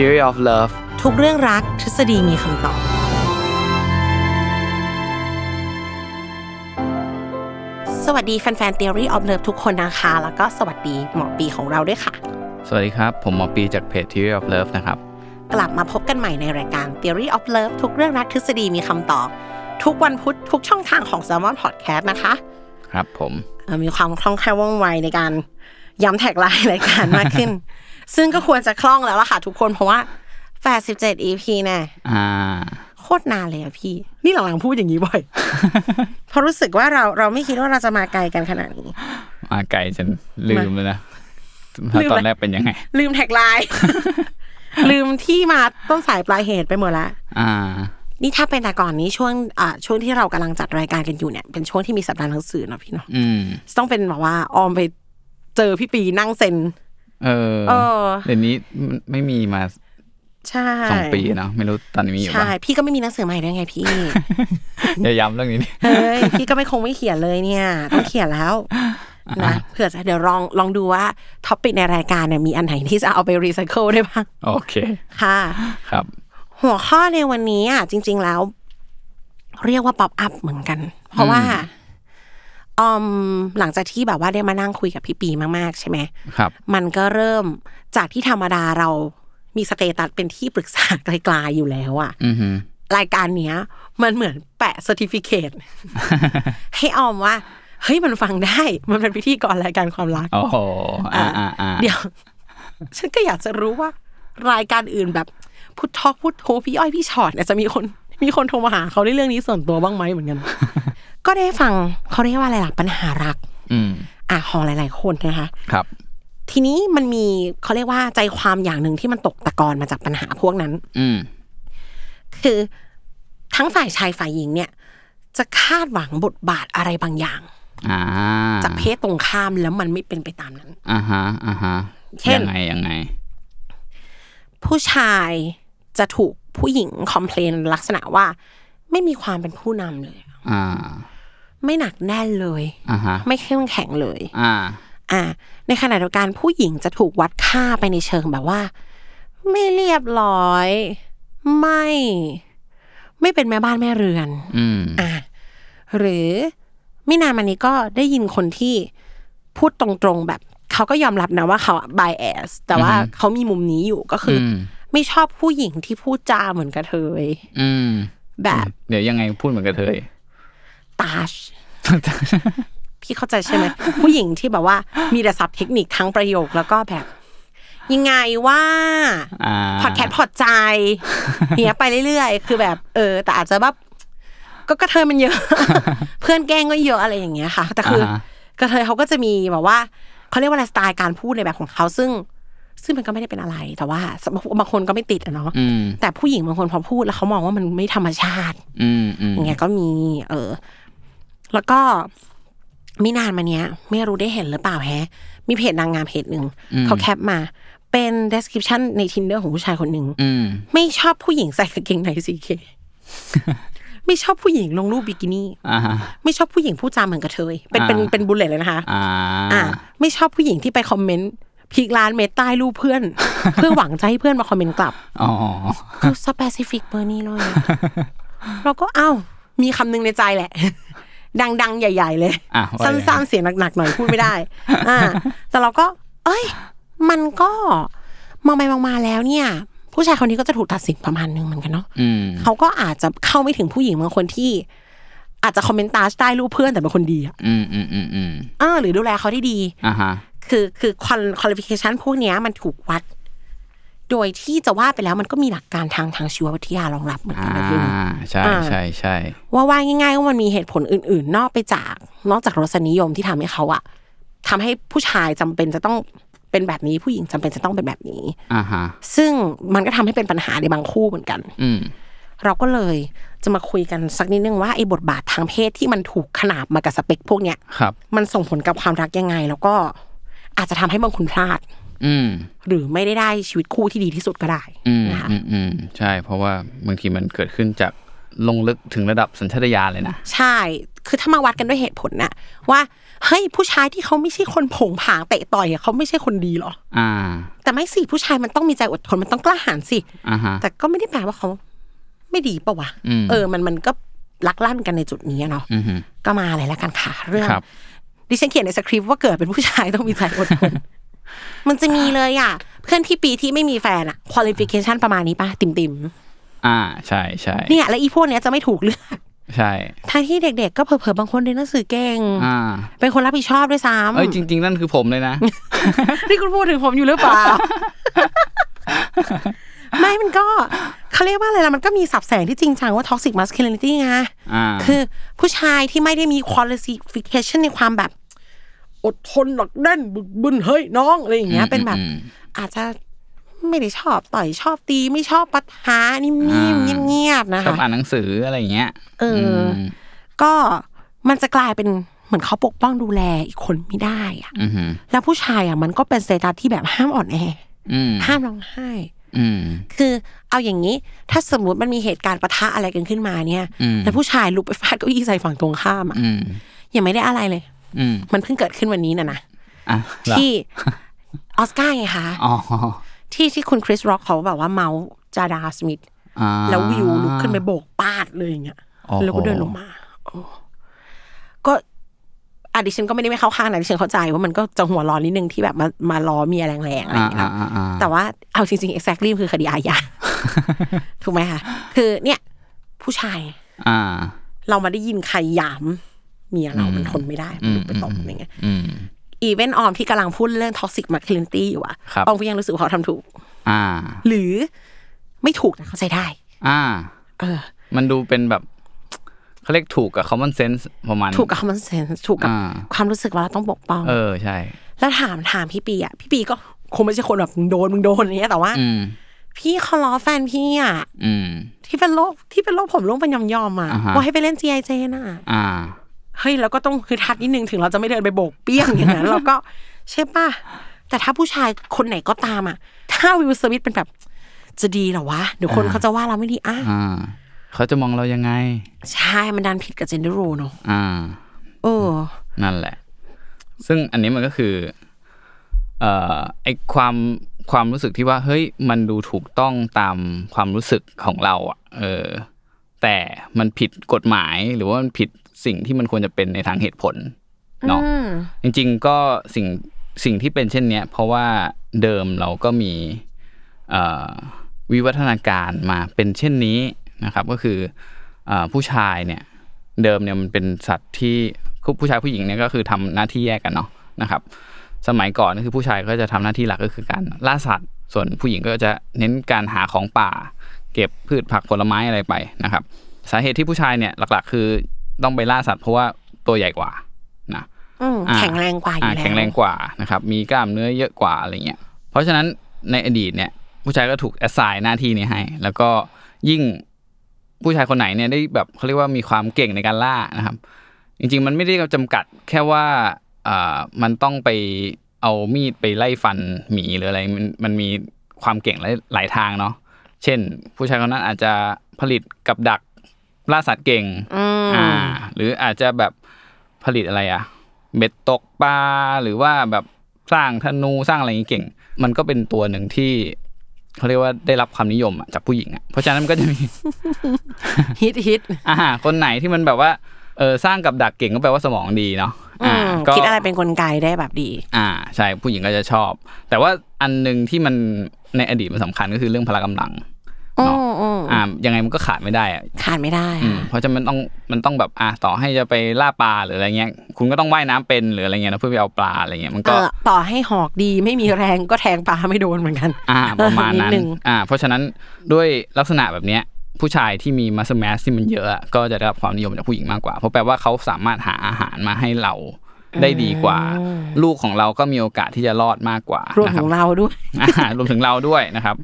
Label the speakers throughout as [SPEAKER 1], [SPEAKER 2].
[SPEAKER 1] Theory of Love
[SPEAKER 2] ทุกเรื่องรักทฤษฎีมีคำตอบ สวัสดีแฟนๆ Theory of Love ทุกคนนะคะ แล้วก็สวัสดีหมอปีของเราด้วยค่ะ
[SPEAKER 1] สวัสดีครับ ผมหมอปีจากเพจ Theory of Love นะครับ
[SPEAKER 2] กลับมาพบกันใหม่ในรายการ Theory of Love ทุกเรื่องรักทฤษฎีมีคำตอบ ทุกวันพุธทุกช่องทางของ s ซ l m o n Podcast นะคะ
[SPEAKER 1] ครับผม
[SPEAKER 2] เอ่อมีความคล่องแคล่วว่องไวในการย้ำแท็กไลน์รายการมากขึ้น ซึ่งก็ควรจะคล่องแล้วล่ะค่ะทุกคนเพราะว่า 87 EP แน่
[SPEAKER 1] อ่า
[SPEAKER 2] โคตรนานเลยอะพี่ นี่หลังๆพูดอย่างนี้บ่อย เพราะรู้สึกว่าเราเราไม่คิดว่าเราจะมาไกลกันขนาดนี้
[SPEAKER 1] มาไกลจนลืมเลยนะถ้า
[SPEAKER 2] ลืม
[SPEAKER 1] ตอ
[SPEAKER 2] อะไร
[SPEAKER 1] นแรกเป็นยังไง
[SPEAKER 2] ลืมแท็กไลน์ ลืมที่มาต้นสายปลายเหตุไปหมดละ
[SPEAKER 1] อ่า
[SPEAKER 2] นี่ถ้าเป็นแต่ก่อนนี้ช่วงอ่าช่วงที่เรากำลังจัดรายการกันอยู่เนี่ยเป็นช่วงที่มีสัปดาห์หนังสือเนาะพี่เนาะ
[SPEAKER 1] อืม
[SPEAKER 2] ต้องเป็นแบบว่าออมไปเจอพี่ปีนั่งเซ็น
[SPEAKER 1] เออ
[SPEAKER 2] เออ
[SPEAKER 1] เดี๋ยวนี้มันไม่มีมา
[SPEAKER 2] ใช่
[SPEAKER 1] สองปีเนาะไม่รู้ตอนนี้มีอยู่
[SPEAKER 2] ใช่
[SPEAKER 1] ป่ะ
[SPEAKER 2] พี่ก็ไม่มีหนังสือใหม่ด้วยไงพี่
[SPEAKER 1] อย่าย้ำเรื่องนี้ดิ
[SPEAKER 2] เฮ้ยพี่ก็ไม่คงไม่เขียนเลยเนี่ยต้องเขียนแล้วนะเผื่อจะเดี๋ยวลองลองดูว่าท็อปิกในรายการเนี่ยมีอันไหนที่จะเอาไปรีไซเคิลได้บ้าง
[SPEAKER 1] โอเค
[SPEAKER 2] ค่ะ
[SPEAKER 1] ครับ
[SPEAKER 2] หัวข้อในวันนี้อ่ะจริง ๆแล้ว เรียกว่าป๊อปอัพเหมือนกัน เพราะว่าออมหลังจากที่แบบว่าได้มานั่งคุยกับพี่ปีมากๆ ใช่ไหม
[SPEAKER 1] ครับ
[SPEAKER 2] มันก็เริ่มจากที่ธรรมดาเรามีสเตตัสเป็นที่ปรึกษาไกลๆอยู่แล้วอ่ะ
[SPEAKER 1] อือหือ
[SPEAKER 2] รายการเนี้ย มันเหมือนแปะ certificate ให้ออมว่า เฮ้ยมันฟังได้ มันเป็นพิธีกรรายการความรัก
[SPEAKER 1] โอ้โห อ่าอ่าอ่า
[SPEAKER 2] เดี๋ยว ฉันก็อยากจะรู้ว่า รายการอื่นแบบพุททอกพุทโธพี่อ้อยพี่ชอตเนี่ยจะมีคนมีคนโทรมาหาเขาในเรื่องนี้ส่วนตัวบ้างไหมเหมือนกัน ก็ได้ฟังเขาเรียกว่าอะไรล่ะปัญหารัก
[SPEAKER 1] อืม
[SPEAKER 2] อ่ะของหลาย ๆ คนนะคะ
[SPEAKER 1] ครับ
[SPEAKER 2] ทีนี้มันมีเขาเรียกว่าใจความอย่างหนึ่งที่มันตกตะกอนมาจากปัญหาพวกนั้น
[SPEAKER 1] อืม
[SPEAKER 2] คือทั้งฝ่ายชายฝ่ายหญิงเนี่ย จะคาดหวังบทบาทอะไรบางอย่าง
[SPEAKER 1] อ่า
[SPEAKER 2] จากเพศตรงข้ามแล้วมันไม่เป็นไปตามนั้น
[SPEAKER 1] อ่าฮะ อ่าฮะ
[SPEAKER 2] เช่น
[SPEAKER 1] ยังไงยังไง
[SPEAKER 2] ผู้ชายจะถูกผู้หญิงคอมเพลนลักษณะว่า ไม่มีความเป็นผู้นำเลย
[SPEAKER 1] อ่า
[SPEAKER 2] ไม่หนักแน่นเลย
[SPEAKER 1] อ่าฮะ
[SPEAKER 2] ไม่เข้มแข็งเลย
[SPEAKER 1] อ่า
[SPEAKER 2] อ่า ในขณะเดียวกันผู้หญิงจะถูกวัดค่าไปในเชิงแบบว่า ไม่เรียบร้อย ไม่ ไม่เป็นแม่บ้านแม่เรือน
[SPEAKER 1] อืม
[SPEAKER 2] อ่ะหรือไม่นานมานี้ก็ได้ยินคนที่พูดตรงๆแบบ เขาก็ยอมรับนะว่าเขาบ i แอสแต่ว่าเขามีมุมนี้อยู่ก็คืออ
[SPEAKER 1] ม
[SPEAKER 2] ไม่ชอบผู้หญิงที่พูดจาเหมือนกระเทย
[SPEAKER 1] อืม
[SPEAKER 2] แบบ
[SPEAKER 1] เดี๋ยวยังไงพูดเหมือนกระเทย
[SPEAKER 2] ตา ชพี่เข้าใจใช่ไหม ผู้หญิงที่แบบว่ามีแต่ศัพท์เทคนิคทั้งประโยคแล้วก็แบบ ยังไงว่า
[SPEAKER 1] อ่า
[SPEAKER 2] พอดแคสต์พอดใจเนี้ยไปเรื่อยๆ คือแบบ เออ แต่อาจจะแบบก็กระเทยมัน เยอะ เพื่อนแกล้งก็เยอะอะไรอย่างเงี้ยค่ะ แต่คือ
[SPEAKER 1] า
[SPEAKER 2] อ
[SPEAKER 1] ฮะ
[SPEAKER 2] กระเทยเขาก็จะมีแบบว่าเขาเรียกว่าอะไรสไตล์การพูดในแบบของเขาซึ่ง ซึ่งมันก็ไม่ได้เป็นอะไรแต่ว่าบางคนก็ไม่ติดอะเนาะ
[SPEAKER 1] อืม
[SPEAKER 2] แต่ผู้หญิงบางคนพอพูดแล้วเขามองว่ามันไม่ธรรมชาติ
[SPEAKER 1] อืมอืม
[SPEAKER 2] อย่างเงี้ยก็มี เออ แล้วก็ไม่นานมาเนี้ย ไม่รู้ได้เห็นหรือเปล่าแฮะ มีเพจนางงามเพจหนึ่งเขาแคปมา เป็น description ใน tinder ของผู้ชายคนหนึ่ง
[SPEAKER 1] อืม
[SPEAKER 2] ไม่ชอบผู้หญิงใส่กางเกงในสี เค ไม่ชอบผู้หญิงลงรูปบิกินี่
[SPEAKER 1] อ่าฮะ
[SPEAKER 2] ไม่ชอบผู้หญิงพูดจาเหมือนกระเทยเป็นเป็น
[SPEAKER 1] อ่า
[SPEAKER 2] เป็นบุลเลตเลยนะคะ
[SPEAKER 1] อ่า
[SPEAKER 2] อ่ะไม่ชอบผู้หญิงที่ไปคอมเมนต์พีกร้านเมตใต้รูปเพื่อน เพื่อหวังจะให้เพื่อนมาคอมเมนต์กลับ
[SPEAKER 1] อ๋อ
[SPEAKER 2] คือ สเปซิฟิกเบอร์นี้เลยอะ เราก็เอ้า มีคำหนึงในใจแหละ ดังๆ ใหญ่ ๆ เลย
[SPEAKER 1] อ่ะว่ายังไง
[SPEAKER 2] ซ้ำๆเสียงหนักๆหน่อยพูดไม่ได้ อ่า แต่เราก็ เอ้ย มันก็มองไปมองมาแล้วเนี่ย ผู้ชายคนนี้ก็จะถูกตัดสินประมาณนึงเหมือนกันเนาะ
[SPEAKER 1] อืม
[SPEAKER 2] เขาก็อาจจะเข้าไม่ถึงผู้หญิงบางคนที่ อาจจะคอมเมนต์ตาได้รูปเพื่อนแต่เป็นคนดีอะ
[SPEAKER 1] อืมอืมอืมอืม
[SPEAKER 2] เออหรือดูแลเขาได้ดี
[SPEAKER 1] อ่าฮะ
[SPEAKER 2] คือคือคอนคอลิฟิเคชันพวกเนี้ยมันถูกวัด โดยที่จะว่าไปแล้วมันก็มีหลักการทางทางชีววิทยารองรับเหมือนกั
[SPEAKER 1] อ่า
[SPEAKER 2] นนะพี่หนุ่ม
[SPEAKER 1] ใช่
[SPEAKER 2] อ่า
[SPEAKER 1] ใช่ใช่
[SPEAKER 2] ว่าว่าง่ายๆว่ามันมีเหตุผลอื่น ๆ นอกไปจาก นอกจากรสนิยมที่ทำให้เขาอะทำให้ผู้ชายจำเป็นจะต้องเป็นแบบนี้ผู้หญิงจำเป็นจะต้องเป็นแบบนี้
[SPEAKER 1] อ่าฮะ
[SPEAKER 2] ซึ่งมันก็ทำให้เป็นปัญหาในบางคู่เหมือนกัน
[SPEAKER 1] อืม
[SPEAKER 2] เราก็เลยจะมาคุยกันสักนิดนึงว่าไอ้บทบาททางเพศที่มันถูกขนาบมากับสเปคพวกเนี้ย
[SPEAKER 1] ครับ
[SPEAKER 2] มันส่งผลกับความรักยังไง แล้วก็อาจจะทำให้บางคนพลาด
[SPEAKER 1] อืม
[SPEAKER 2] หรือไม่ได้ได้ชีวิตคู่ที่ดีที่สุดก็ได้
[SPEAKER 1] อืม
[SPEAKER 2] นะคะ
[SPEAKER 1] อืมอืมใช่ เพราะว่าบางทีมันเกิดขึ้นจากลงลึกถึงระดับสัญชาตญาณเลยนะ
[SPEAKER 2] ใช่ คือถ้ามาวัดกันด้วยเหตุผลน่ะ ว่าเฮ้ยผู้ชายที่เขาไม่ใช่คนโผงผางเตะต่อยอะเขาไม่ใช่คนดีหรอ
[SPEAKER 1] อ่า
[SPEAKER 2] แต่ไม่สิผู้ชายมันต้องมีใจอดทนมันต้องกล้าหาญสิ
[SPEAKER 1] อ่าฮะ
[SPEAKER 2] แต่ก็ไม่ได้แปลว่าเขาไม่ดีปะวะ
[SPEAKER 1] อืม
[SPEAKER 2] เออมันมันก็ลักลั่นกันในจุดนี้อะเนาะ
[SPEAKER 1] อืมฮึ
[SPEAKER 2] ก็มาเลยแล้วกันค่ะ เรื่อง
[SPEAKER 1] ครับ
[SPEAKER 2] ดิฉันเขียนในสคริปต์ว่าเกิดเป็นผู้ชายต้องมีใจอดท น มันจะมีเลยอ่ะเพื่อนพี่ปีที่ไม่มีแฟนอ่ะคุณลิฟิเคชันประมาณนี้ปะติ่มติม
[SPEAKER 1] อ่า ใช่ใช่
[SPEAKER 2] ๆเนี่ยแล้วอีพวกเนี้ยจะไม่ถูกเลือก
[SPEAKER 1] ใช่
[SPEAKER 2] ทั้งที่เด็กๆ ก็เผลอๆ บางคนเรียนหนังสือเก่ง
[SPEAKER 1] อ่า
[SPEAKER 2] เป็นคนรับผิดชอบด้วยซ้ำ
[SPEAKER 1] เอ้ย จริง ๆ นั่นคือผมเลยนะ
[SPEAKER 2] นี่คุณพูดถึงผมอยู่หรือ เปล่า ไม่มันก็เขาเรียกว่าอะไรล่ะ มันก็มีสับแสงที่จริงจังว่าท็อกซิ m มัส u l ลิ i ตี้ไง
[SPEAKER 1] อ่า
[SPEAKER 2] คือผู้ชายที่ไม่ได้มีคุณลิฟิเคชันในความแบบ อดทนหนักแน่นบึกบึนเฮ้ยน้องอะไรอย่างเงี้ย เป็นแบบ
[SPEAKER 1] อืม
[SPEAKER 2] อาจจะไม่ได้ชอบต่อยชอบตีไม่ชอบปะทะนิ่ม
[SPEAKER 1] อ่า
[SPEAKER 2] ๆเงียบๆนะ
[SPEAKER 1] ชอบ
[SPEAKER 2] คะ
[SPEAKER 1] อ่านหนังสืออะไรอย่างเงี้ย
[SPEAKER 2] เอออ
[SPEAKER 1] ม
[SPEAKER 2] ก็มันจะกลายเป็นเหมือนเขาปกป้องดูแลอีกคนไม่ได้อะ
[SPEAKER 1] อืมฮึ
[SPEAKER 2] แล้วผู้ชายอ่ะมันก็เป็นสเตตัสที่แบบห้ามอ่อนแอ
[SPEAKER 1] อืม
[SPEAKER 2] ห้ามร้องไห้
[SPEAKER 1] อืม
[SPEAKER 2] คือเอาอย่างนี้ ถ้าสมมติมันมีเหตุการณ์ปะทะอะไรกันขึ้นมาเนี่ย
[SPEAKER 1] อืม
[SPEAKER 2] แล้วผู้ชายลุกไปฟาดเก้าอี้ใส่ฝั่งตรงข้ามอ่ะ
[SPEAKER 1] อืม
[SPEAKER 2] ยังไม่ได้อะไรเลย
[SPEAKER 1] อืม
[SPEAKER 2] มันเพิ่งเกิดขึ้นวันนี้น่ะนะ
[SPEAKER 1] อ่ะเหรอ
[SPEAKER 2] ที่ ออสการ์ไงคะ
[SPEAKER 1] อ๋อ
[SPEAKER 2] ที่ที่คุณคริสร็อกเขาแบบว่าเมาส์จาดาสมิธ
[SPEAKER 1] อ่า
[SPEAKER 2] แล้ววิวลุกขึ้นไปโบกปาดเลยอย่างเงี้ย
[SPEAKER 1] โอ้โห
[SPEAKER 2] แล้วก็เดินลงมาโอ้ก็อะดิฉันก็ไม่ได้ไม่เข้าข้างนะดิฉันเข้าใจว่ามันก็จะหัวร้อนนิดนึงที่แบบมามาล้อเมียแรงๆอะไรอ
[SPEAKER 1] อ่า
[SPEAKER 2] ย่าง
[SPEAKER 1] อ่า
[SPEAKER 2] เงี้ยเนาะ
[SPEAKER 1] อ่าอ่า
[SPEAKER 2] แต่ว่าเอาจริงๆ exactly มันคือคดีอา ญา ถูกไหมคะคือเนี่ย ผู้ชาย
[SPEAKER 1] อ่า
[SPEAKER 2] เรามาได้ยินใครหยามเมียเรามันทนไม่ได้มันลุกไปตบอะไรเงี้ย
[SPEAKER 1] อืม
[SPEAKER 2] อีเวนออมที่กำลังพูดเรื่องท็อกซิกมาคลินตี้อยู่อะ
[SPEAKER 1] ครับ
[SPEAKER 2] ออมก็ยังรู้สึกว่าเขาทำถูก
[SPEAKER 1] อ่า
[SPEAKER 2] หรือไม่ถูกนะเข้าใจได้
[SPEAKER 1] อ่า
[SPEAKER 2] เออ
[SPEAKER 1] มันดูเป็นแบบ เขาเรียกถูกกับ common sense ประมาณ
[SPEAKER 2] ถูกกับ common sense ถูกกับ
[SPEAKER 1] อ่า
[SPEAKER 2] ความรู้สึกว่าเราต้องปกป้อง
[SPEAKER 1] เออ ใช่
[SPEAKER 2] แล้วถามถามพี่ปีอ่ะพี่ปีก็คงไม่ใช่คนแบบมึงโดนมึงโดนอย่างเงี้ยแต่ว่า
[SPEAKER 1] อืม
[SPEAKER 2] พี่ขอล้อแฟนพี่อ่ะ
[SPEAKER 1] อืม
[SPEAKER 2] ที่เป็นโรคที่เป็นโรคผมร่วงเป็นยอมยอมๆอ่ะ
[SPEAKER 1] อ่าฮะ
[SPEAKER 2] ว่าให้ไปเล่น G I J น่ะ
[SPEAKER 1] อ่า
[SPEAKER 2] เฮ้ยแล้วก็ต้องคือทัดนิดนึงถึงเราจะไม่เดินไปโบกเปี้ยงอย่างนั้น เราก็ใช่ป่ะแต่ถ้าผู้ชายคนไหนก็ตามอ่ะ ถ้าวิวสวิตเป็นแบบ จะดีเหรอวะเดี๋ยวคนเขาจะว่าเราไม่ดีอ่ะ
[SPEAKER 1] อ่า เขาจะมองเรายังไง
[SPEAKER 2] ใช่มันดันผิดกับเจนเดอร์โรเนาะ
[SPEAKER 1] อ่า
[SPEAKER 2] เออ
[SPEAKER 1] นั่นแหละ ซึ่งอันนี้มันก็คือ เอ่อ ไอความความรู้สึกที่ว่า เฮ้ย มันดูถูกต้องตามความรู้สึกของเราอะเออ แต่มันผิดกฎหมายหรือว่ามันผิดสิ่งที่มันควรจะเป็นในทางเหตุผลเนาะ จริงๆก็สิ่งสิ่งที่เป็นเช่นเนี้ย เพราะว่าเดิมเราก็มีเอ่อวิวัฒนาการมาเป็นเช่นนี้นะครับ ก็คือเอ่อผู้ชายเนี่ย เดิมเนี่ยมันเป็นสัตว์ที่ผู้ชายผู้หญิงเนี่ยก็คือทำหน้าที่แยกกันเนาะนะครับ สมัยก่อนก็คือผู้ชายก็จะทำหน้าที่หลักก็คือการล่าสัตว์ ส่วนผู้หญิงก็จะเน้นการหาของป่า เก็บพืชผักผลไม้อะไรไปนะครับ สาเหตุที่ผู้ชายเนี่ยหลักๆ คือต้องไปล่าสัตว์เพราะว่าตัวใหญ่กว่านะ
[SPEAKER 2] อืม
[SPEAKER 1] อ่า
[SPEAKER 2] แข็งแรงกว่าอ
[SPEAKER 1] า
[SPEAKER 2] ยู่แล้ว
[SPEAKER 1] แข็งแรงกว่านะครับ มีกล้ามเนื้อเยอะกว่าอะไรเงี้ย เพราะฉะนั้นในอดีตเนี่ย ผู้ชายก็ถูกแอสไซน์หน้าที่นี้ให้ แล้วก็ยิ่งผู้ชายคนไหนเนี่ยได้แบบเขาเรียกว่ามีความเก่งในการล่านะครับ จริงๆ มันไม่ได้จำกัดแค่ว่าอ่ามันต้องไปเอามีดไปไล่ฟันหมีหรืออะไร มันมันมีความเก่งหลายหลายทางเนาะ เช่น ผู้ชายคนนั้นอาจจะผลิตกับดักล่าสัตว์เก่ง
[SPEAKER 2] อืม
[SPEAKER 1] อ่าหรืออาจจะแบบผลิตอะไรอ่ะเบ็ดตกปลาหรือว่าแบบสร้างธนูสร้างอะไรอย่างนี้เก่ง มันก็เป็นตัวหนึ่งที่เขาเรียกว่าได้รับความนิยมอะจากผู้หญิงอ่ะเพราะฉะนั้นมันก็จะมี
[SPEAKER 2] ฮิตฮิต
[SPEAKER 1] อ่าคนไหนที่มันแบบว่า เออสร้างกับดักเก่งก็แปลว่าสมองดีเนาะ
[SPEAKER 2] อืม
[SPEAKER 1] ก็
[SPEAKER 2] คิดอะไรเป็นกลไกได้แบบดี
[SPEAKER 1] อ่าใช่ผู้หญิงก็จะชอบ แต่ว่าอันหนึ่งที่มันในอดีตมันสำคัญก็คือเรื่องพละกำลัง
[SPEAKER 2] อื
[SPEAKER 1] เนาะ
[SPEAKER 2] มอืม
[SPEAKER 1] อ่ายังไงมันก็ขาดไม่ได้อะ
[SPEAKER 2] ขาดไม่ได้
[SPEAKER 1] อืม
[SPEAKER 2] ค่ะ
[SPEAKER 1] เพราะฉะนั้นมันต้องมันต้องแบบอ่าต่อให้จะไปล่าปลาหรืออะไรเงี้ย คุณก็ต้องว่ายน้ำเป็นหรืออะไรเงี้ยนะเพื่อไปเอาปลาอะไรเงี้ยมัน
[SPEAKER 2] เอ
[SPEAKER 1] ก็
[SPEAKER 2] อต่อให้หอกดีไม่มีแรงก็แทงปลาไม่โดนเหมือนกัน
[SPEAKER 1] อ่าประมาณนั้น
[SPEAKER 2] นิดนึง
[SPEAKER 1] อ่าเพราะฉะนั้นด้วยลักษณะแบบเนี้ยผู้ชายที่มีมัสแมสที่มันเยอะอะก็จะได้รับความนิยมจากผู้หญิงมากกว่า เพราะแปลว่าเขาสามารถหาอาหารมาให้เราได้ดีกว่า ลูกของเราก็มีโอกาสที่จะรอดมากกว่าร
[SPEAKER 2] วม
[SPEAKER 1] นะค
[SPEAKER 2] ข
[SPEAKER 1] บ
[SPEAKER 2] องเราด้วย
[SPEAKER 1] อ่าร วมถึงเราด้วยนะครับ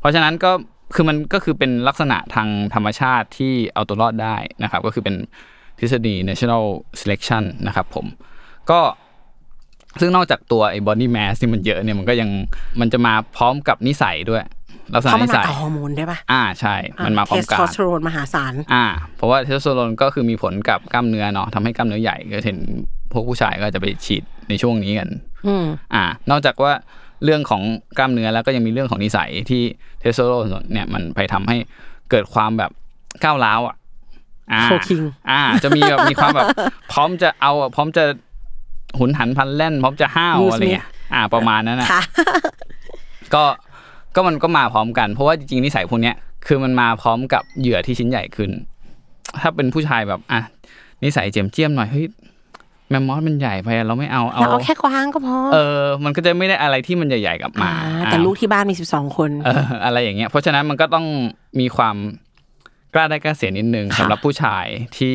[SPEAKER 1] เพราะฉะนั้นก็คือมันก็คือเป็นลักษณะทางธรรมชาติที่เอาตัวรอดได้นะครับ ก็คือเป็นทฤษฎี national selection นะครับผมก็ซึ่งนอกจากตัวไอ้ body mass ที่มันเยอะเนี่ยมันก็ยังมันจะมาพร้อมกับนิสัยด้วย ลักษณะ
[SPEAKER 2] เพราะมัน
[SPEAKER 1] นิ
[SPEAKER 2] มา
[SPEAKER 1] สัย
[SPEAKER 2] กับฮอร์โมนด้วยปะ
[SPEAKER 1] อ่าใช่ มันมาพร้อมกั
[SPEAKER 2] เทสโท
[SPEAKER 1] น
[SPEAKER 2] สเตอโรนมหาศาล
[SPEAKER 1] อ่า เพราะว่าเทสโทสเตอโรนก็คือมีผลกับกล้ามเนื้อเนาะทำให้กล้ามเนื้อใหญ่ก็เห็นพวกผู้ชายก็จะไปฉีดในช่วงนี้กัน
[SPEAKER 2] อืม
[SPEAKER 1] อ่า นอกจากว่าเรื่องของกล้ามเนื้อแล้วก็ยังมีเรื่องของนิสัยที่เทสโทสเตอโรนเนี่ยมันไปทำให้เกิดความแบบก้าวร้าวอ่ะอ่า
[SPEAKER 2] โชว์คิง
[SPEAKER 1] อ่า จะมี แบบมีความแบบ พร้อมจะเอาอะพร้อมจะหุนหันพลันแล่น พร้อมจะห้าว
[SPEAKER 2] มือ
[SPEAKER 1] อะ
[SPEAKER 2] สมิธ
[SPEAKER 1] ไรเงี้ยอ่า ประมาณนั้นนะ
[SPEAKER 2] ค่ะ
[SPEAKER 1] ก็ก็มันก็มาพร้อมกัน เพราะว่าจริงๆนิสัยพวกเนี้ยคือมันมาพร้อมกับเหยื่อที่ชิ้นใหญ่ขึ้น ถ้าเป็นผู้ชายแบบอ่ะนิสัยเจียมเจียมๆหน่อยเฮ้ยแมมมอสมันใหญ่ไปอะเราไม่เอาเอา
[SPEAKER 2] เราเอาแค่กว้างก็พอ
[SPEAKER 1] เออ มันก็จะไม่ได้อะไรที่มันใหญ่ๆกลับมา
[SPEAKER 2] อ่าแต่ลูกที่บ้านมีสิบสองคน
[SPEAKER 1] เอออะไรอย่างเงี้ย เพราะฉะนั้นมันก็ต้องมีความกล้าได้กล้าเสียนิดนึง
[SPEAKER 2] ค่ะ
[SPEAKER 1] สำหรับผู้ชายที่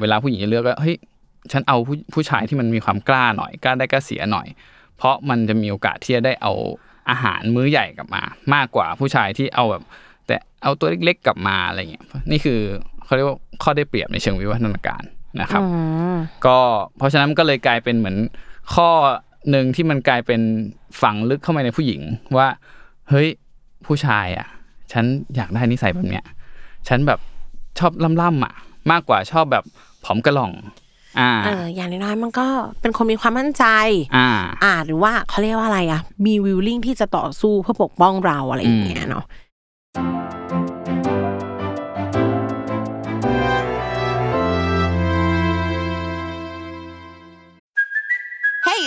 [SPEAKER 1] เวลาผู้หญิงจะเลือกก็เฮ้ย ฉันเอาผู้ผู้ชายที่มันมีความกล้าหน่อย กล้าได้กล้าเสียหน่อย เพราะมันจะมีโอกาสที่จะได้เอาอาหารมื้อใหญ่กลับมา มากกว่าผู้ชายที่เอาแบบ แต่เอาตัวเล็กๆกลับมาอะไรเงี้ย นี่คือเขาเรียกว่าข้อได้เปรียบในเชิงวิวัฒนาการนะครับ
[SPEAKER 2] อืม
[SPEAKER 1] ก็เพราะฉะนั้นมันก็เลยกลายเป็นเหมือนข้อหนึ่งที่มันกลายเป็นฝังลึกเข้ามาในผู้หญิงว่า เฮ้ยผู้ชายอ่ะ ฉันอยากได้นิสัยแบบเนี้ย ฉันแบบชอบล่ำๆอ่ะ มากกว่าชอบแบบผอมกระหล่อง อ่า
[SPEAKER 2] เออ อย่างน้อยๆมันก็เป็นคนมีความมั่นใจ
[SPEAKER 1] อ่า
[SPEAKER 2] อ่าหรือว่าเขาเรียกว่าอะไรอะมีวิลลิ่งที่จะต่อสู้เพื่อปกป้องเราอะไรอย่างเงี้ยเนาะ
[SPEAKER 3] Hey,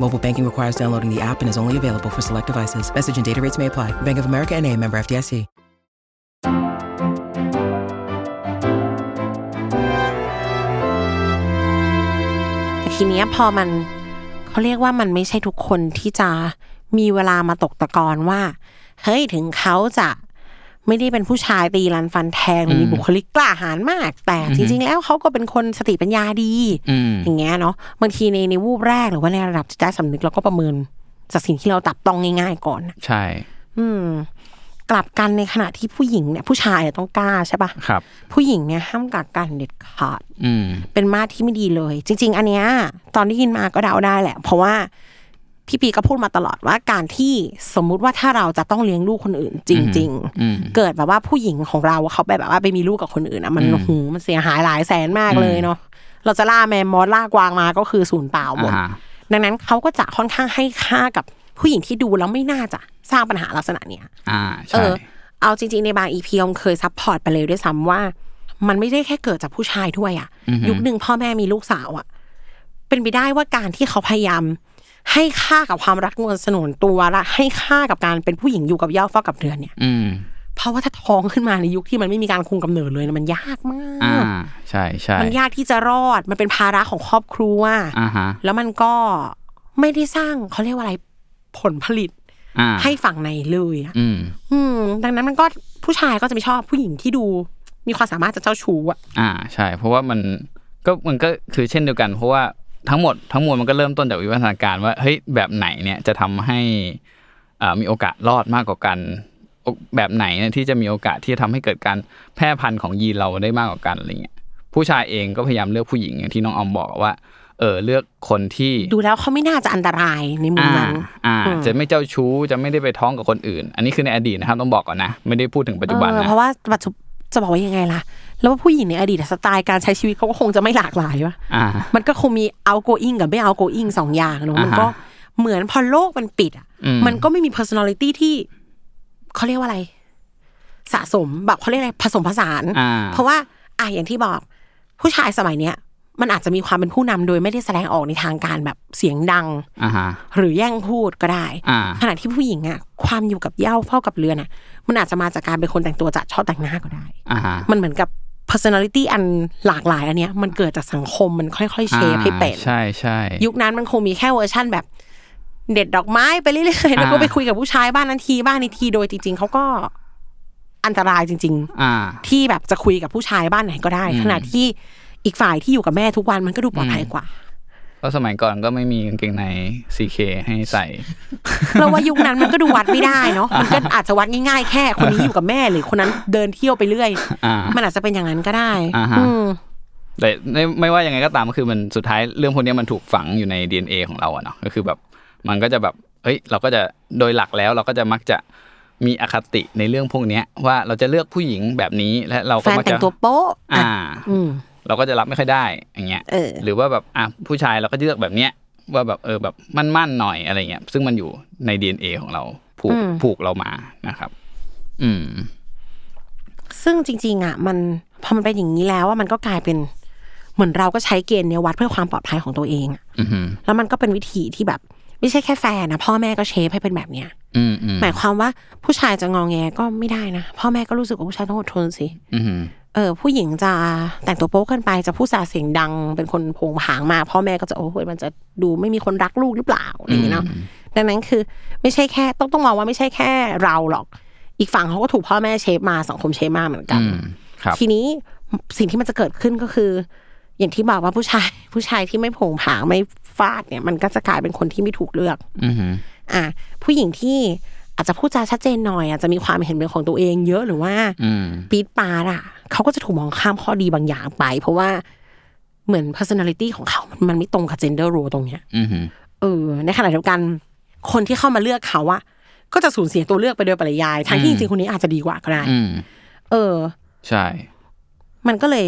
[SPEAKER 4] Mobile banking requires downloading the app and is only available for select devices. Message and data rates may apply. Bank of America and a member FDIC.
[SPEAKER 2] แต่ทีเนี้ยพอมันเขาเรียกว่ามันไม่ใช่ทุกคนที่จะมีเวลามาตกตะกอนว่า เฮ้ยถึงเขาจะไม่ได้เป็นผู้ชายตีรันฟันแทงหรือมีบุคลิกกล้าหาญมาก แต่จริง ๆ แล้วเขาก็เป็นคนสติปัญญาดี
[SPEAKER 1] อืม
[SPEAKER 2] อย่างเงี้ยเนาะบางทีในในวูบแรกหรือว่าในระดับจิตใต้สำนึกเราก็ประเมิน จากสิ่งที่เราตับต้องง่าย ๆ ก่อนนะ
[SPEAKER 1] ใช่
[SPEAKER 2] อืม กลับกันในขณะที่ผู้หญิงเนี่ย ผู้ชายเนี่ยต้องกล้าใช่ปะ
[SPEAKER 1] ครับ
[SPEAKER 2] ผู้หญิงเนี่ยห้ามกักกันเด็ดขาด
[SPEAKER 1] อืม
[SPEAKER 2] เป็นมาสที่ไม่ดีเลย จริง ๆ อันเนี้ยตอนได้ยินมาก็เดาได้แหละ เพราะว่าพี่ปีก็พูดมาตลอดว่าการที่สมมุติว่าถ้าเราจะต้องเลี้ยงลูกคนอื่น จริง ๆ เกิดแบบว่าผู้หญิงของเราเขาไปแบบว่าไปมีลูกกับคนอื่นอ่ะมันโอ้โหูมันเสียหายหลายแสนมากเลยเนาะเราจะล่าแมมมอสล่ากวางมาก็คือศูนย์เปล่าหมด
[SPEAKER 1] อ่า
[SPEAKER 2] ดังนั้นเขาก็จะค่อนข้างให้ค่ากับผู้หญิงที่ดูแล้วไม่น่าจะสร้างปัญหาลักษณะเนี้ย
[SPEAKER 1] อ่า
[SPEAKER 2] เอ
[SPEAKER 1] ใช่
[SPEAKER 2] อเอาจริงๆ ในบางอีพีอมเคยซัพพอร์ตไปเลยด้วยซ้ำว่า มันไม่ได้แค่เกิดจากผู้ชายด้วยอะยุคหนึ่งพ่อแม่มีลูกสาวอะเป็นไปได้ว่าการที่เขาพยายาม ให้ค่ากับความรักงวนสนุนตัวและให้ค่ากับการเป็นผู้หญิงอยู่กับย่าเฝ้ากับเรือนเนี่ย
[SPEAKER 1] อืม
[SPEAKER 2] เพราะว่าถ้าท้องขึ้นมาในยุคที่มันไม่มีการคุมกำเนิดเลยนะมันยากมา
[SPEAKER 1] อ่าก ใช่ใช่
[SPEAKER 2] มันยากที่จะรอดมันเป็นภาระของครอบครัว
[SPEAKER 1] อ่าฮะ
[SPEAKER 2] แล้วมันก็ไม่ได้สร้างเขาเรียกว่าอะไรผลผลิต
[SPEAKER 1] อ่า
[SPEAKER 2] ให้ฝั่งในเลยอะ
[SPEAKER 1] อืม
[SPEAKER 2] อืม ดังนั้นมันก็ผู้ชายก็จะไม่ชอบผู้หญิงที่ดู มีความสามารถจะเจ้าชู้อะ
[SPEAKER 1] อ่าใช่ เพราะว่ามันก็มันก็คือเช่นเดียวกัน เพราะว่าทั้งหมดทั้งมวลมันก็เริ่มต้นจากวิวัฒนาการว่าเฮ้ยแบบไหนเนี่ยจะทำให้อ่ามีโอกาสรอดมากกว่ากันโอแบบไหนเนี่ยที่จะมีโอกาสที่จะทำให้เกิดการแพร่พันธุ์ของยีนเราได้มากกว่ากันอะไรเงี้ยผู้ชายเองก็พยายามเลือกผู้หญิงอย่างที่น้องออมบอกว่าเออเลือกคนที่
[SPEAKER 2] ดูแล้วเขาไม่น่าจะอันตรายในมุมนั้น
[SPEAKER 1] อ่าอ่าจะไม่เจ้าชู้จะไม่ได้ไปท้องกับคนอื่น อันนี้คือในอดีตนะครับต้องบอกก่อนนะไม่ได้พูดถึงปัจจุบัน
[SPEAKER 2] เออ
[SPEAKER 1] นะ
[SPEAKER 2] เพราะว่าปัจจุจะบอกว่ายังไงล่ะ แล้วว่าผู้หญิงในอดีตอะสไตล์การใช้ชีวิตเขาก็คงจะไม่หลากหลายวะ
[SPEAKER 1] อ่า
[SPEAKER 2] มันก็คงมี outgoing กับไม่ outgoing สองอย่างเนอะมันก็
[SPEAKER 1] อ่าฮะ
[SPEAKER 2] เหมือนพอโลกมันปิดอ่ะ
[SPEAKER 1] อืม
[SPEAKER 2] มันก็ไม่มี personality ที่เขาเรียกว่าอะไร สะสมแบบเขาเรียกอะไรผสมผสาน
[SPEAKER 1] อ่า
[SPEAKER 2] เพราะว่าอ่ะอย่างที่บอก ผู้ชายสมัยเนี้ย มันอาจจะมีความเป็นผู้นำโดยไม่ได้แสดงออกในทางการแบบเสียงดัง
[SPEAKER 1] อ่าฮะ
[SPEAKER 2] หรือแย่งพูดก็ได้
[SPEAKER 1] อ่า
[SPEAKER 2] ขณะที่ผู้หญิงอะความอยู่กับเหย้าเฝ้ากับเรือนอะมันอาจจะมาจากการเป็นคนแต่งตัวจัดชอบแต่งหน้าก็ได้
[SPEAKER 1] อ่าฮะ
[SPEAKER 2] มันเหมือนกับ personality อันหลากหลายอันเนี้ยมันเกิดจากสังคมมันค่อยๆเชฟให้เป็น
[SPEAKER 1] อ่าใช่ใช่
[SPEAKER 2] ยุคนั้นมันคงมีแค่เวอร์ชั่นแบบ เด็ดดอกไม้ไปเรื่อยๆแล้วก็
[SPEAKER 1] อ่า
[SPEAKER 2] ไปคุยกับผู้ชายบ้านนั้นทีบ้านนี้ทีโดยจริง ๆเขาก็อันตรายจริง ๆ
[SPEAKER 1] อ่า
[SPEAKER 2] ที่แบบจะคุยกับผู้ชายบ้านไหนก็ได้ ขณะที่อีกฝ่ายที่อยู่กับแม่ทุกวันมันก็ดูปลอดภัยกว่า
[SPEAKER 1] ก็สมัยก่อนก็ไม่มีกางเกงใน CK ให้ใส่
[SPEAKER 2] เราว่ายุคนั้นมันก็ดูวัดไม่ได้เนาะ มันก็อาจจะวัดง่ายๆ แค่คนนี้อยู่กับแม่หรือคนนั้นเดินเที่ยวไปเรื่อย
[SPEAKER 1] อ่า
[SPEAKER 2] มันอาจจะเป็นอย่างนั้นก็ได้
[SPEAKER 1] อ่าฮะ
[SPEAKER 2] อืม
[SPEAKER 1] แต่ไม่ไม่ว่ายังไงก็ตามก็คือมันสุดท้ายเรื่องพวกเนี้ยมันถูกฝังอยู่ใน DNA ของเราอะเนาะก็คือแบบมันก็จะแบบเฮ้ยเราก็จะโดยหลักแล้วเราก็จะมักจะมีอคติในเรื่องพวกเนี้ยว่าเราจะเลือกผู้หญิงแบบนี้และเรา
[SPEAKER 2] แฟ
[SPEAKER 1] ก็
[SPEAKER 2] น
[SPEAKER 1] มัก
[SPEAKER 2] แต่
[SPEAKER 1] จะ
[SPEAKER 2] งตัวโป๊ะอ่ะ
[SPEAKER 1] อ่า
[SPEAKER 2] อืม
[SPEAKER 1] เราก็จะรับไม่ค่อยได้อย่างเงี้ย
[SPEAKER 2] เออ
[SPEAKER 1] หรือว่าแบบอ่ะผู้ชายเราก็จะเลือกแบบเนี้ยว่าแบบเออแบบมั่นๆหน่อยอะไรเงี้ยซึ่งมันอยู่ใน DNA ของเราผูกผูกเรามานะครับ อืม
[SPEAKER 2] ซึ่งจริงๆอ่ะมันพอมันเป็นอย่างนี้แล้วว่ามันก็กลายเป็น เหมือนเราก็ใช้เกณฑ์เนี่ยวัดเพื่อความปลอดภัยของตัวเองอะ
[SPEAKER 1] อืม
[SPEAKER 2] แล้วมันก็เป็นวิธีที่แบบ ไม่ใช่แค่แฟนนะพ่อแม่ก็เชฟให้เป็นแบบเนี้ย
[SPEAKER 1] อืมอืม
[SPEAKER 2] หมายความว่าผู้ชายจะงองแงก็ไม่ได้นะพ่อแม่ก็รู้สึกว่าผู้ชายต้องอดทนสิ
[SPEAKER 1] อืม
[SPEAKER 2] เออผู้หญิงจะแต่งตัวโป๊เกินไปจะพูดจาเสียงดัง เป็นคนโผงผางมาพ่อแม่ก็จะโอ้ยมันจะดูไม่มีคนรักลูกหรือเปล่าอะไรอย่างเงี้ยเนาะดังนั้นคือไม่ใช่แค่ต้องต้องมองว่าไม่ใช่แค่เราหรอก อีกฝั่งเขาก็ถูกพ่อแม่เชฟมาสังคมเชฟมาเหมือนกัน
[SPEAKER 1] อืมครับ
[SPEAKER 2] ทีนี้สิ่งที่มันจะเกิดขึ้นก็คือ อย่างที่บอกว่าผู้ชาย ผู้ชายที่ไม่โผงผางไม่ฟาดเนี่ย มันก็จะกลายเป็นคนที่ไม่ถูกเลือก
[SPEAKER 1] อืม
[SPEAKER 2] อ่ะผู้หญิงที่อาจจะพูดจาชัดเจนหน่อยอาจจะมีความเห็นเป็นของตัวเองเยอะหรือว่า
[SPEAKER 1] อืม
[SPEAKER 2] ปีดปาดอ่ะเขาก็จะถูกมองข้ามข้อดีบางอย่างไป เพราะว่าเหมือน personality ของเขา มันมันไม่ตรงกับ gender role ตรงเนี้ย
[SPEAKER 1] อืม
[SPEAKER 2] เออในขณะเดียวกัน คนที่เข้ามาเลือกเขาอะก็จะสูญเสียตัวเลือกไปโดยปริยายทั้งที่จริงๆคนนี้อาจจะดีกว่าก็ได้
[SPEAKER 1] อืม
[SPEAKER 2] เออ
[SPEAKER 1] ใช่
[SPEAKER 2] มันก็เลย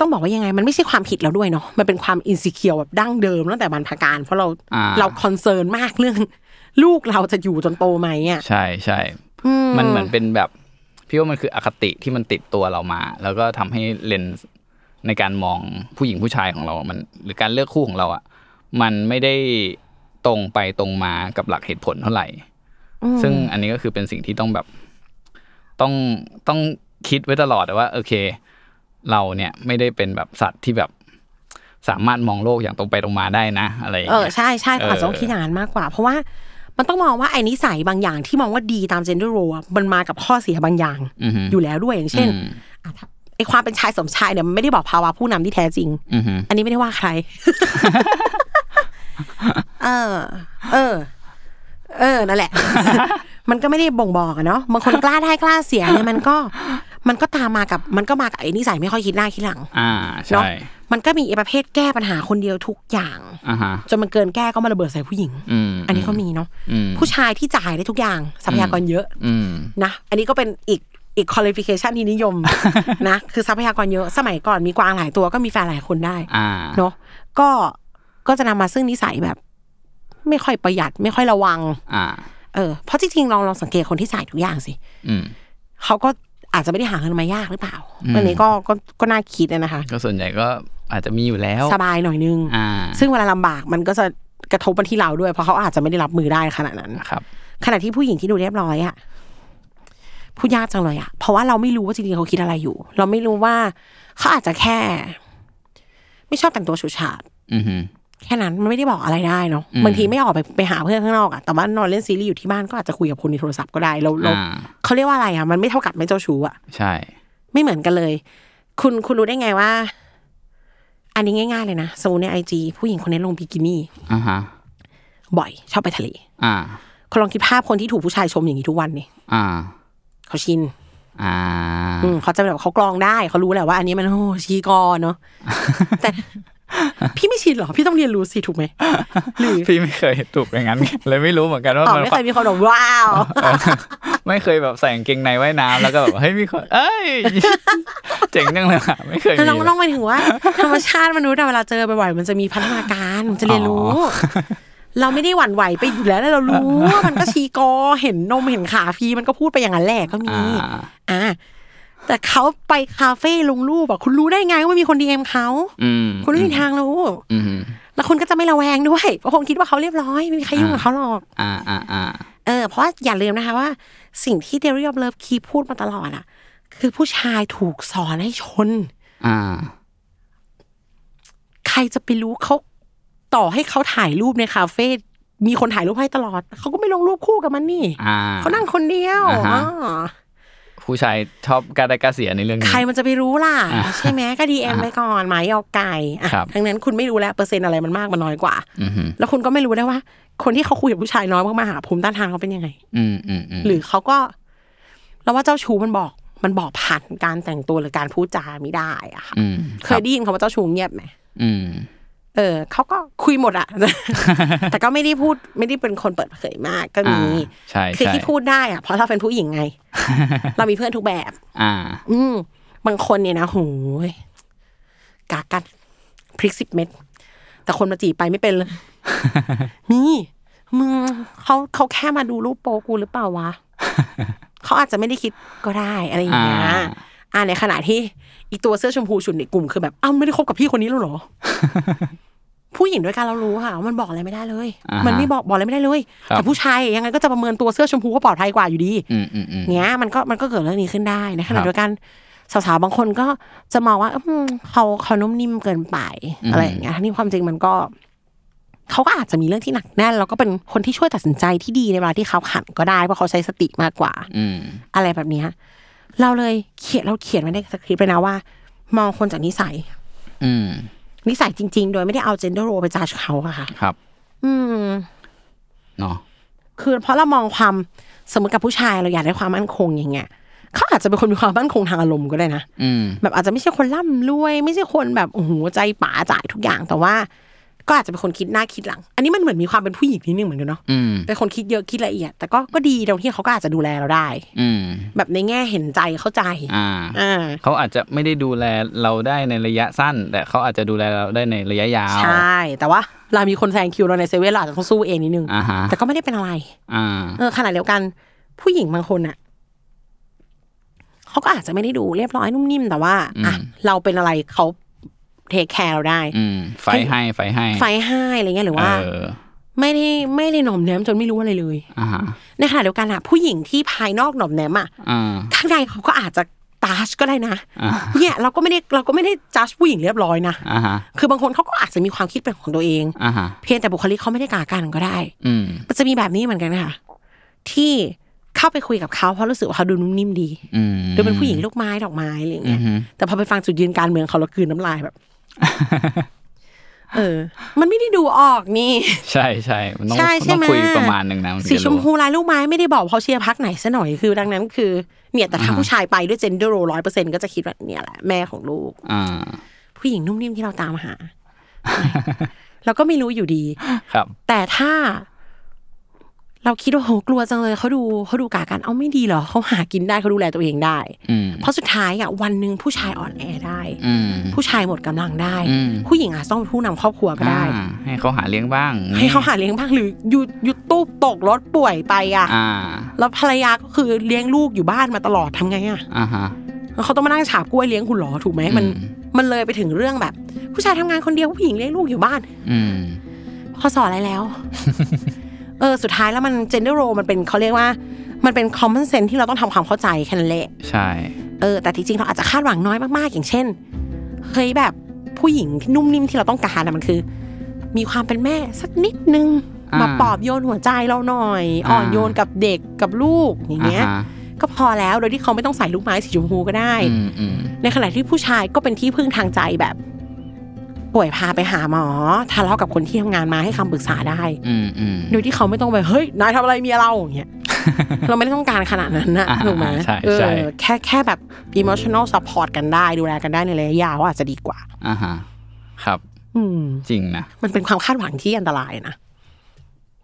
[SPEAKER 2] ต้องบอกว่ายังไง มันไม่ใช่ความผิดเราด้วยเนาะมันเป็นความอินสิเคียวแบบดั้งเดิมตั้งแต่บรรพการ เพราะเรา
[SPEAKER 1] อ่า
[SPEAKER 2] เราคอนเซิร์นมากเรื่อง ลูกเราจะอยู่จนโตไหมอ่ะ
[SPEAKER 1] ใช่ใช่
[SPEAKER 2] อื
[SPEAKER 1] มันเหมือนเป็นแบบพี่ว่ามันคืออคติที่มันติดตัวเรามา แล้วก็ทำให้เลนส์ในการมองผู้หญิงผู้ชายของเรามัน หรือการเลือกคู่ของเราอ่ะมันไม่ได้ตรงไปตรงมากับหลักเหตุผลเท่าไหร่ ซึ่งอันนี้ก็คือเป็นสิ่งที่ต้องแบบต้องต้องคิดไว้ตลอดว่าโอเค เราเนี่ยไม่ได้เป็นแบบสัตว์ที่แบบสามารถมองโลกอย่างตรงไปตรงมาได้นะ อะไรอย่าง
[SPEAKER 2] เออ
[SPEAKER 1] เงี้ย
[SPEAKER 2] ใช่ใช่
[SPEAKER 1] เออ
[SPEAKER 2] อาจจะต้องคิดอย่างนั้นมากกว่า เพราะว่ามันต้องมองว่าไอ้นิสัยบางอย่างที่มองว่าดีตาม gender role อะมันมากับข้อเสียบางอย่าง
[SPEAKER 1] อือฮึ
[SPEAKER 2] อยู่แล้วด้วยอย่างเช่นอ่ะถ้าไอ้ความเป็นชายสมชายเนี่ยมันไม่ได้บอกภาวะผู้นำที่แท้จริง
[SPEAKER 1] อือฮึ
[SPEAKER 2] อันนี้ไม่ได้ว่าใคร เออ เออ เออ นั่นแหละ มันก็ไม่ได้บ่งบอกอะเนาะ บางคนกล้าได้กล้าเสีย เนี่ยมันก็ มันก็ตามมากับ มันก็มากับไอ้นิสัยไม่ค่อยคิดหน้าคิดหลัง
[SPEAKER 1] อ่า
[SPEAKER 2] เนาะ
[SPEAKER 1] ใช่
[SPEAKER 2] มันก็มีไอ้ประเภทแก้ปัญหาคนเดียวทุกอย่าง
[SPEAKER 1] อ่าฮะ
[SPEAKER 2] จนมันเกินแก้ก็มาระเบิดใส่ผู้หญิง
[SPEAKER 1] อืม
[SPEAKER 2] อันนี้ก็มีเนาะ
[SPEAKER 1] อืม
[SPEAKER 2] ผู้ชายที่จ่ายได้ทุกอย่างทรัพยากรเยอะ
[SPEAKER 1] อืม
[SPEAKER 2] นะ อันนี้ก็เป็นอีกอีก qualification ที่นิยม นะ คือทรัพยากรเยอะ สมัยก่อนมีกวางหลายตัวก็มีแฟนหลายคนได้
[SPEAKER 1] อ่า
[SPEAKER 2] เนาะก็ ก็จะนำมาซึ่งนิสัยแบบ ไม่ค่อยประหยัด ไม่ค่อยระวัง
[SPEAKER 1] อ่า
[SPEAKER 2] เออ เพราะจริงๆลองลองสังเกตคนที่ใส่ทุกอย่างสิ
[SPEAKER 1] อืม
[SPEAKER 2] เขาก็อาจจะไม่ได้หาเงินมายากหรือเปล่าอันนี้ก็ก็ ก็น่าคิดนะคะ
[SPEAKER 1] ก็ส่วนใหญ่ก็อาจจะมีอยู่แล้ว
[SPEAKER 2] สบายหน่อยนึง
[SPEAKER 1] อ่า
[SPEAKER 2] ซึ่งเวลาลำบากมันก็จะกระทบมาที่เราด้วย เพราะเขาอาจจะไม่ได้รับมือได้ขนาดนั้น
[SPEAKER 1] ครับ
[SPEAKER 2] ขณะที่ผู้หญิงที่ดูเรียบร้อยอะพูดยากจังเลยอะเพราะว่าเราไม่รู้ว่าจริงๆเขาคิดอะไรอยู่ เราไม่รู้ว่าเขาอาจจะแค่ ไม่ชอบแต่งตัวฉูดฉาด
[SPEAKER 1] อือฮึ
[SPEAKER 2] แค่นั้นมันไม่ได้บอกอะไรได้เนาะ
[SPEAKER 1] อืม
[SPEAKER 2] บางทีไม่ออกไปไปหาเพื่อนข้างนอกอะแต่ว่านอนเล่นซีรีส์อยู่ที่บ้านก็อาจจะคุยกับคนในโทรศัพท์ก็ได้เราเรา
[SPEAKER 1] อ่า
[SPEAKER 2] เขาเรียกว่าอะไรอะมันไม่เท่ากับไม่เจ้าชู้อะ
[SPEAKER 1] ใช่
[SPEAKER 2] ไม่เหมือนกันเลย คุณคุณรู้ได้ไงว่า อันนี้ง่าย ๆเลยนะสมมติในไอจีผู้หญิงคนนี้ลงบิกินี่
[SPEAKER 1] อ่าฮะ
[SPEAKER 2] บ่อย ชอบไปทะเล
[SPEAKER 1] อ่า
[SPEAKER 2] คุณลองคิดภาพคนที่ถูกผู้ชายชมอย่างนี้ทุกวันนี่
[SPEAKER 1] อ่า
[SPEAKER 2] เขาชิน
[SPEAKER 1] อ่า
[SPEAKER 2] อืมเขาจะแบบเขากรองได้เขารู้แหละว่าอันนี้มันโอ้ชีกอเนาะแต่ พี่ไม่ชินเหรอ พี่ต้องเรียนรู้สิถูกไหมหรือ
[SPEAKER 1] พี่ไม่เคยถูกอย่างนั้น เลยไม่รู้เหมือนกันว่า
[SPEAKER 2] อ๋อ
[SPEAKER 1] มัน
[SPEAKER 2] ไม่เคยมีคนแบบว้าว
[SPEAKER 1] เออไม่เคยแบบใส่กางเกงในว่ายน้ำแล้วก็แบบเฮ้ยมีคน เอ้ย เจ๋งจังเลยอะไม่เคยมี
[SPEAKER 2] เรา
[SPEAKER 1] เลย
[SPEAKER 2] ต้องไปถึงว่า ธรรมชาติมนุษย์อะเวลาเจอบ่อยๆมันจะมีพัฒนาการมันจะเรียนรู้
[SPEAKER 1] อ๋อ
[SPEAKER 2] เราไม่ได้หวั่นไหวไปอยู่แล้วแล้วเรารู้ว่ามันก็ชีกอเห็นนมเห็นขาพีมันก็พูดไปอย่างนั้นแหละก็
[SPEAKER 1] อ
[SPEAKER 2] มี
[SPEAKER 1] ่า
[SPEAKER 2] อ่าแต่เขาไปคาเฟ่ลงรูปอะคุณรู้ได้ไงว่ามีคนดีเอ็มเขา
[SPEAKER 1] อืม
[SPEAKER 2] คุณไม่มีทางรู้
[SPEAKER 1] อืม
[SPEAKER 2] แล้วคุณก็จะไม่ระแวงด้วยเพราะคงคิดว่าเขาเรียบร้อยไม่มีใครยุ่งกับเขาหรอก
[SPEAKER 1] อ่าอ่าอ่า
[SPEAKER 2] เออเพราะว่าอย่าลืมนะคะว่า สิ่งที่เดริออฟเลิฟคีพูดมาตลอดอะคือผู้ชายถูกสอนให้ชน
[SPEAKER 1] อ่า
[SPEAKER 2] ใครจะไปรู้เขาต่อให้เขาถ่ายรูปในคาเฟ่มีคนถ่ายรูปให้ตลอดเขาก็ไม่ลงรูปคู่กับมันนี่
[SPEAKER 1] อ่า
[SPEAKER 2] เขานั่งคนเดียว
[SPEAKER 1] อ่าฮะ
[SPEAKER 2] อ๋อ
[SPEAKER 1] ผู้ชายชอบการได้การเสียในเรื่องนี้
[SPEAKER 2] ใครมันจะไปรู้ล่ะ
[SPEAKER 1] อ่า
[SPEAKER 2] ใช่ไหมก็ดีเอ็มไปก่อนหมายเอาไก่อ่ะ
[SPEAKER 1] ครับ
[SPEAKER 2] ดังนั้นคุณไม่รู้แล้วเปอร์เซ็นต์อะไรมันมากมันน้อยกว่า
[SPEAKER 1] อืมฮึ
[SPEAKER 2] แล้วคุณก็ไม่รู้ได้ว่า คนที่เขาคุยกับผู้ชายน้อยมากๆอะภูมิต้านทานเขาเป็นยังไง
[SPEAKER 1] อืมอืมอืม
[SPEAKER 2] หรือเขาก็เราว่าเจ้าชู้มันบอก มันบอกผ่านการแต่งตัวหรือการพูดจาไม่ได้อะค่ะ
[SPEAKER 1] อืม
[SPEAKER 2] เค
[SPEAKER 1] ครั
[SPEAKER 2] ย
[SPEAKER 1] บ
[SPEAKER 2] ได้ยินคำว่าเจ้าชู้เงียบไหม
[SPEAKER 1] อืม
[SPEAKER 2] เออเขาก็คุยหมดอะ แต่ก็ไม่ได้พูดไม่ได้เป็นคนเปิดเผยมากก็มี
[SPEAKER 1] อ่าใช่
[SPEAKER 2] คือ
[SPEAKER 1] ใช่
[SPEAKER 2] ที่พูดได้อะเพราะเราเป็นผู้หญิง ไง เรามีเพื่อนทุกแบบ
[SPEAKER 1] อ่า
[SPEAKER 2] อืมบางคนเนี่ยนะโหยกากัดพริกสิบเม็ดแต่คนมาจีบไปไม่เป็น เลย นี่มึงเขาเขาแค่มาดูรูปโปกูหรือเปล่าวะ เขาอาจจะไม่ได้คิดก็ได้อะไรอย่างเงี้ย
[SPEAKER 1] อ่า
[SPEAKER 2] อ่าในขณะที่อีตัวเสื้อชมพูฉุนในกลุ่มคือแบบอ้าวไม่ได้คบกับพี่คนนี้แล้ว เหรอ ผู้หญิงด้วยกันเรารู้ค่ะว่ามันบอกอะไรไม่ได้เลย
[SPEAKER 1] อ่าฮะ
[SPEAKER 2] มันไม่บอกบอกอะไรไม่ได้เลย
[SPEAKER 1] ครับ
[SPEAKER 2] แต่ผู้ชายยังไงก็จะประเมินตัวเสื้อชมพูว่าปลอดภัยกว่าอยู่ดี
[SPEAKER 1] อืมอืมอืม
[SPEAKER 2] เนี้ยมันก็มันก็เกิดเรื่องนี้ขึ้นได้ในข
[SPEAKER 1] ค
[SPEAKER 2] ณะ
[SPEAKER 1] รับ
[SPEAKER 2] เดียวกันสาวๆบางคนก็จะมองว่าอืมเขาเขานุ่มนิ่มเกินไป
[SPEAKER 1] อืม
[SPEAKER 2] อะไรอย่างเงี้ยทั้งที่ความจริงมันก็เขาก็อาจจะมีเรื่องที่หนักแน่นแล้วก็เป็นคนที่ช่วยตัดสินใจที่ดีในเวลาที่เขาขันก็ได้เพราะเขาใช้สติมากกว่า
[SPEAKER 1] อืม
[SPEAKER 2] อะไรแบบเนี้ยเราเลยเขียนเราเขียนไว้ในสคริปต์เลยนะว่า มองคนจากนิสัย
[SPEAKER 1] อืม
[SPEAKER 2] นิสัยจริง ๆ โดยไม่ได้เอาเจนเดอร์โรไปจ้าเขาอะค่ะ
[SPEAKER 1] ครับ
[SPEAKER 2] อืม
[SPEAKER 1] เนาะ
[SPEAKER 2] คือเพราะเรามองความสมมติกับผู้ชายเราอยากได้ความมั่นคงอย่างเงี้ยเขาอาจจะเป็นคนมีความมั่นคงทางอารมณ์ก็ได้นะ
[SPEAKER 1] อืม
[SPEAKER 2] แบบอาจจะไม่ใช่คนร่ำรวย ไม่ใช่คนแบบโอ้โหใจป๋าจ่ายทุกอย่างแต่ว่า ก็อาจจะเป็นคนคิดหน้าคิดหลัง อันนี้มันเหมือนมีความเป็นผู้หญิงนิดนึงเหมือนกันเนาะ
[SPEAKER 1] อืม
[SPEAKER 2] เป็นคนคิดเยอะคิดละเอียด แต่ก็ก็ดีตรงที่เขาก็อาจจะดูแลเราได้
[SPEAKER 1] อืม
[SPEAKER 2] แบบในแง่เห็นใจเข้าใจ
[SPEAKER 1] อ่า
[SPEAKER 2] อ่า
[SPEAKER 1] เขาอาจจะไม่ได้ดูแลเราได้ในระยะสั้น แต่เขาอาจจะดูแลเราได้ในระยะยาว
[SPEAKER 2] ใช่แต่ว่าเรามีคนแซงคิวเราในเซเว่นเราอาจจะต้องสู้เองนิดนึง
[SPEAKER 1] อ่าฮะ
[SPEAKER 2] แต่ก็ไม่ได้เป็นอะไร
[SPEAKER 1] อ่า
[SPEAKER 2] เออขณะเดียวกัน ผู้หญิงบางคนอ่ะเขาก็อาจจะไม่ได้ดูเรียบร้อยนุ่มนิ่มแต่ว่าอ่ะ
[SPEAKER 1] อืม
[SPEAKER 2] เราเป็นอะไรเขาเทคแคร์เราได้
[SPEAKER 1] อืม ไฟให้ไฟให้
[SPEAKER 2] ไฟให้อะไรเงี้ยหรือ
[SPEAKER 1] เอ
[SPEAKER 2] ว่า
[SPEAKER 1] อ
[SPEAKER 2] ไม่ได้ไม่ได้หน่อมแนมจนไม่รู้อะไรเลย
[SPEAKER 1] อ่าฮะ
[SPEAKER 2] ในขณะเดียวกันอะผู้หญิงที่ภายนอกหน่อมแนมอะ
[SPEAKER 1] อ่า
[SPEAKER 2] ข้างในเขาก็อาจจะตาชก็ได้นะ
[SPEAKER 1] อ่า
[SPEAKER 2] เนี่ยเราก็ไม่ได้เราก็ไม่ได้จัดผู้หญิงเรียบร้อยนะ
[SPEAKER 1] อ่าฮะ
[SPEAKER 2] คือบางคนเขาก็อาจจะมีความคิดเป็นของตัวเอง
[SPEAKER 1] อ่าฮะ
[SPEAKER 2] เพียงแต่บุคลิกเขาไม่ได้กากันก็ได้
[SPEAKER 1] อืม
[SPEAKER 2] มันจะมีแบบนี้เหมือนกันค่ะที่เข้าไปคุยกับเขาเพราะรู้สึกว่าเขาดูนุ่มนิ่มดี
[SPEAKER 1] อืม
[SPEAKER 2] ดูเป็นผู้หญิงลูกไม้ดอกไม้อะไรอย่าง
[SPEAKER 1] อื
[SPEAKER 2] เงี้
[SPEAKER 1] ม
[SPEAKER 2] ย
[SPEAKER 1] ฮึ
[SPEAKER 2] แต่พอไปฟังจุดยืนการเมืองเขาแล้วกลืนน้ำลาย แบบ เออ มันไม่ได้ดูออกนี่
[SPEAKER 1] ใช่ใช่มันต้อง
[SPEAKER 2] ใช่
[SPEAKER 1] มัน
[SPEAKER 2] ใช่
[SPEAKER 1] ต้อง
[SPEAKER 2] ไหม
[SPEAKER 1] คุยประมาณหนึ่งนะมันถึง
[SPEAKER 2] สี
[SPEAKER 1] จะ
[SPEAKER 2] ชม
[SPEAKER 1] รู้
[SPEAKER 2] พูลายลูกไม้ไม่ได้บอกเขาเชียร์พักไหนซะหน่อยคือ ดังนั้นคือเนี่ยแต่ถ้า
[SPEAKER 1] อ่าฮะ
[SPEAKER 2] ผู้ชายไปด้วยเจนเดอร์โรร้อยเปอร์เซ็นก็จะคิดว่าเนี่ยแหละแม่ของลูก
[SPEAKER 1] อ่า
[SPEAKER 2] ผู้หญิงนุ่มนิ่มที่เราตามหา เราก็ไม่รู้อยู่ดี
[SPEAKER 1] ครับ
[SPEAKER 2] แต่ถ้า เราคิดว่าโหกลัวจังเลยเขาดูเขาดูกากันเอาไม่ดีเหรอเขาหากินได้เขาดูแลตัวเองได้
[SPEAKER 1] อืม
[SPEAKER 2] เพราะสุดท้ายอ่ะวันหนึ่งผู้ชายอ่อนแอได้
[SPEAKER 1] อืม
[SPEAKER 2] ผู้ชายหมดกำลังได้
[SPEAKER 1] อืม
[SPEAKER 2] ผู้หญิงอาจต้องเป็นผู้นำครอบครัวก็ได้
[SPEAKER 1] อ่าให้เขาหาเลี้ยงบ้าง
[SPEAKER 2] ให้เขาหาเลี้ยงบ้างหรือหยุดหยุดตู้ตกรถป่วยไปอ่ะ
[SPEAKER 1] อ่า
[SPEAKER 2] แล้วภรรยาก็คือเลี้ยงลูกอยู่บ้านมาตลอดทำไงอะ
[SPEAKER 1] อ่าฮะ
[SPEAKER 2] แล้วเขาต้องมานั่งฉาบกล้วยเลี้ยงคุณเหรอถูกไหมมัน
[SPEAKER 1] อืม
[SPEAKER 2] มันเลยไปถึงเรื่องแบบ ผู้ชายทำงานคนเดียวผู้หญิงเลี้ยงลูกอยู่บ้าน
[SPEAKER 1] อืม
[SPEAKER 2] พอสอนอะไร แล้ว เออสุดท้ายแล้วมันเจนเดอร์โรมันเป็นเขาเรียกว่า มันเป็นคอมมอนเซนที่เราต้องทำความเข้าใจแค่นั้นแหละ
[SPEAKER 1] ใช่
[SPEAKER 2] เออแต่จริงๆเราอาจจะคาดหวังน้อยมากๆอย่างเช่นเฮ้ยแบบผู้หญิงที่นุ่มนิ่มที่เราต้องการอะมันคือ มีความเป็นแม่สักนิดนึง
[SPEAKER 1] อ่าม
[SPEAKER 2] มาปลอบโยนหัวใจเราหน่อย อ่อน
[SPEAKER 1] อ่า
[SPEAKER 2] โยนกับเด็กกับลูกอย่างเงี้ย
[SPEAKER 1] อ่าฮะ
[SPEAKER 2] ก็พอแล้วโดยที่เขาไม่ต้องใส่ลูกไม้สีชมพูก็ได้
[SPEAKER 1] อืมอืม
[SPEAKER 2] ในขณะที่ผู้ชายก็เป็นที่พึ่งทางใจแบบ ป่วยพาไปหาหมอทะเลาะกับคนที่ทำงานมาให้คำปรึกษาได้
[SPEAKER 1] อืมอืม
[SPEAKER 2] โดยที่เขาไม่ต้องไปเฮ้ยนายทำอะไรเมียเราอย่างเงี้ ย เราไม่ได้ต้องการขนาดนั้นนะ
[SPEAKER 1] อ่า
[SPEAKER 2] ถูกไหม
[SPEAKER 1] ใช่
[SPEAKER 2] เออ
[SPEAKER 1] ใช่
[SPEAKER 2] แค่แค่แบบ emotional support กันได้ ดูแลกันได้ในระยะยาวอาจจะดีกว่า
[SPEAKER 1] อ่าฮะครับ
[SPEAKER 2] อืม
[SPEAKER 1] จริงนะ
[SPEAKER 2] มันเป็นความคาดหวังที่อันตรายนะ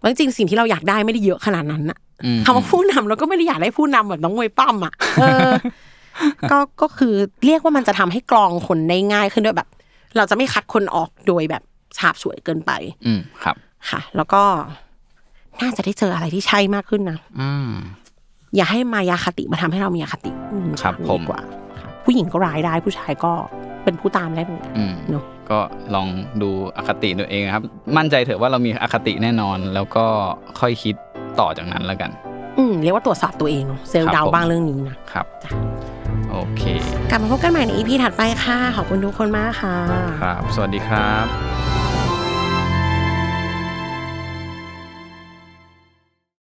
[SPEAKER 2] แล้วจริงๆสิ่งที่เราอยากได้ไม่ได้เยอะขนาดนั้นนะ
[SPEAKER 1] อืม
[SPEAKER 2] คำว่าผู้นำเราก็ไม่ได้อยากได้ผู้นำแบบน้องมวยปั้มอ่ะ เออ ก็ ก็คือเรียกว่ามันจะทำให้กรองคนได้ง่ายขึ้นด้วยแบบ เราจะไม่คัดคนออกโดยแบบฉาบฉวยเกินไป
[SPEAKER 1] อืมครับ
[SPEAKER 2] ค่ะ แล้วก็ น่าจะได้เจออะไรที่ใช่มากขึ้นนะ
[SPEAKER 1] อ่า
[SPEAKER 2] อย่าให้มายาคติมาทำให้เรามีอคติอืม
[SPEAKER 1] ครับผม
[SPEAKER 2] ดีกว่าค่ะผู้หญิงก็ร้ายได้ผู้ชายก็เป็นผู้ตามได้เหมือนกัน
[SPEAKER 1] อืม
[SPEAKER 2] เนอะ
[SPEAKER 1] ก็ลองดูอคติตัวเองนะครับ มั่นใจเถอะว่าเรามีอคติแน่นอน แล้วก็ค่อยคิดต่อจากนั้นแล้วกัน
[SPEAKER 2] อืมเรียกว่าตรวจสอบตัวเองเนาะเซล
[SPEAKER 1] ครับ
[SPEAKER 2] ดาว
[SPEAKER 1] ผม
[SPEAKER 2] บ้างเรื่องนี้นะ
[SPEAKER 1] ครับ
[SPEAKER 2] จ้ะ
[SPEAKER 1] โอเค
[SPEAKER 2] กลับมาพบกันใหม่ในอีพีถัดไปค่ะ ขอบคุณทุกคนมากค่ะ
[SPEAKER 1] ครับ สวัสดีครับ